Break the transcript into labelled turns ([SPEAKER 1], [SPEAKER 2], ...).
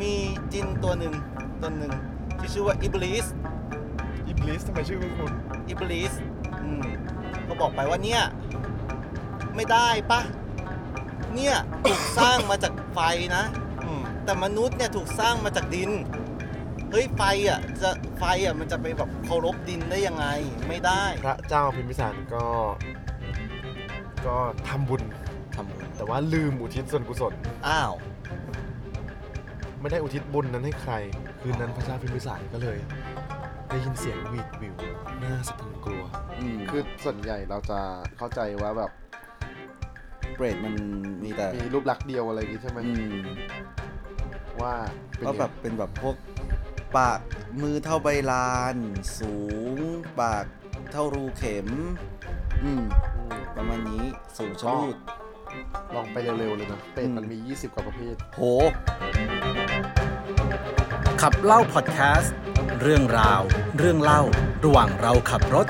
[SPEAKER 1] มีจินตัวหนึ่งตัวหนึ่งที่ชื่อว่าอิบลิส
[SPEAKER 2] อิบลิสทำไมชื่อคุณคุณ
[SPEAKER 1] อิบลิสอืมก็บอกไปว่าเนี่ย ไม่ได้ปะเนี่ยถูกสร้างมาจากไฟนะ
[SPEAKER 2] อืม
[SPEAKER 1] แต่มนุษย์เนี่ยถูกสร้างมาจากดิน เฮ้ยไฟอ่ะจะไฟอ่ะมันจะไปแบบเคารพดินได้ยังไง ไม่ได้
[SPEAKER 2] พระเจ้าพิมพิสารก็ ก็ทำบุญ
[SPEAKER 3] ทำบุญ
[SPEAKER 2] แต่ว่าลืมอุทิศส่วนกุศล
[SPEAKER 1] อ้าว
[SPEAKER 2] ไม่ได้อุทิศบุญนั้นให้ใคร คืนนั้นพระเจ้าพิมพิสารก็เลย ได้ยินเสียงหวีดหวิวน่าสะพรึงกลัว
[SPEAKER 3] อืม
[SPEAKER 4] คือส่วนใหญ่เราจะเข้าใจว่าแบบ
[SPEAKER 3] เปรตมันมีแต่
[SPEAKER 4] มีรูปลักษณ์เดียวอะไรอย่างงี้ใช่ไหม
[SPEAKER 3] อืม
[SPEAKER 4] ว่าเป็น
[SPEAKER 3] ก็แบบเป็นแบบพวกปากมือเท่าใบลาน สูง ปากเท่ารูเข็ม อืม
[SPEAKER 4] อืม
[SPEAKER 3] ประมาณนี้สูงชะลูด
[SPEAKER 4] ลองไปเร็วๆเลยนะเป็ดมันมี 20 กว่าประเภท
[SPEAKER 3] โห ขับเล่าพอดแคสต์ เรื่องราว เรื่องเล่า ระหว่างเราขับรถ